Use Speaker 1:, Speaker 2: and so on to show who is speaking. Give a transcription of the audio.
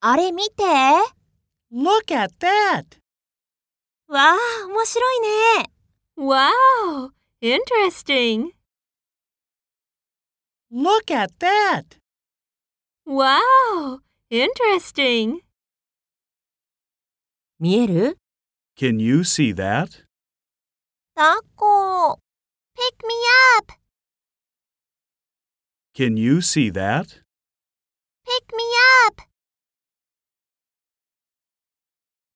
Speaker 1: あれ見て。
Speaker 2: Look at that!
Speaker 1: わあ、面白いね。
Speaker 3: Wow! Interesting!
Speaker 2: Look at that!
Speaker 3: Wow! Interesting!
Speaker 1: 見える
Speaker 4: Can you see that?
Speaker 1: タコ。Pick me up!
Speaker 4: Can you see that?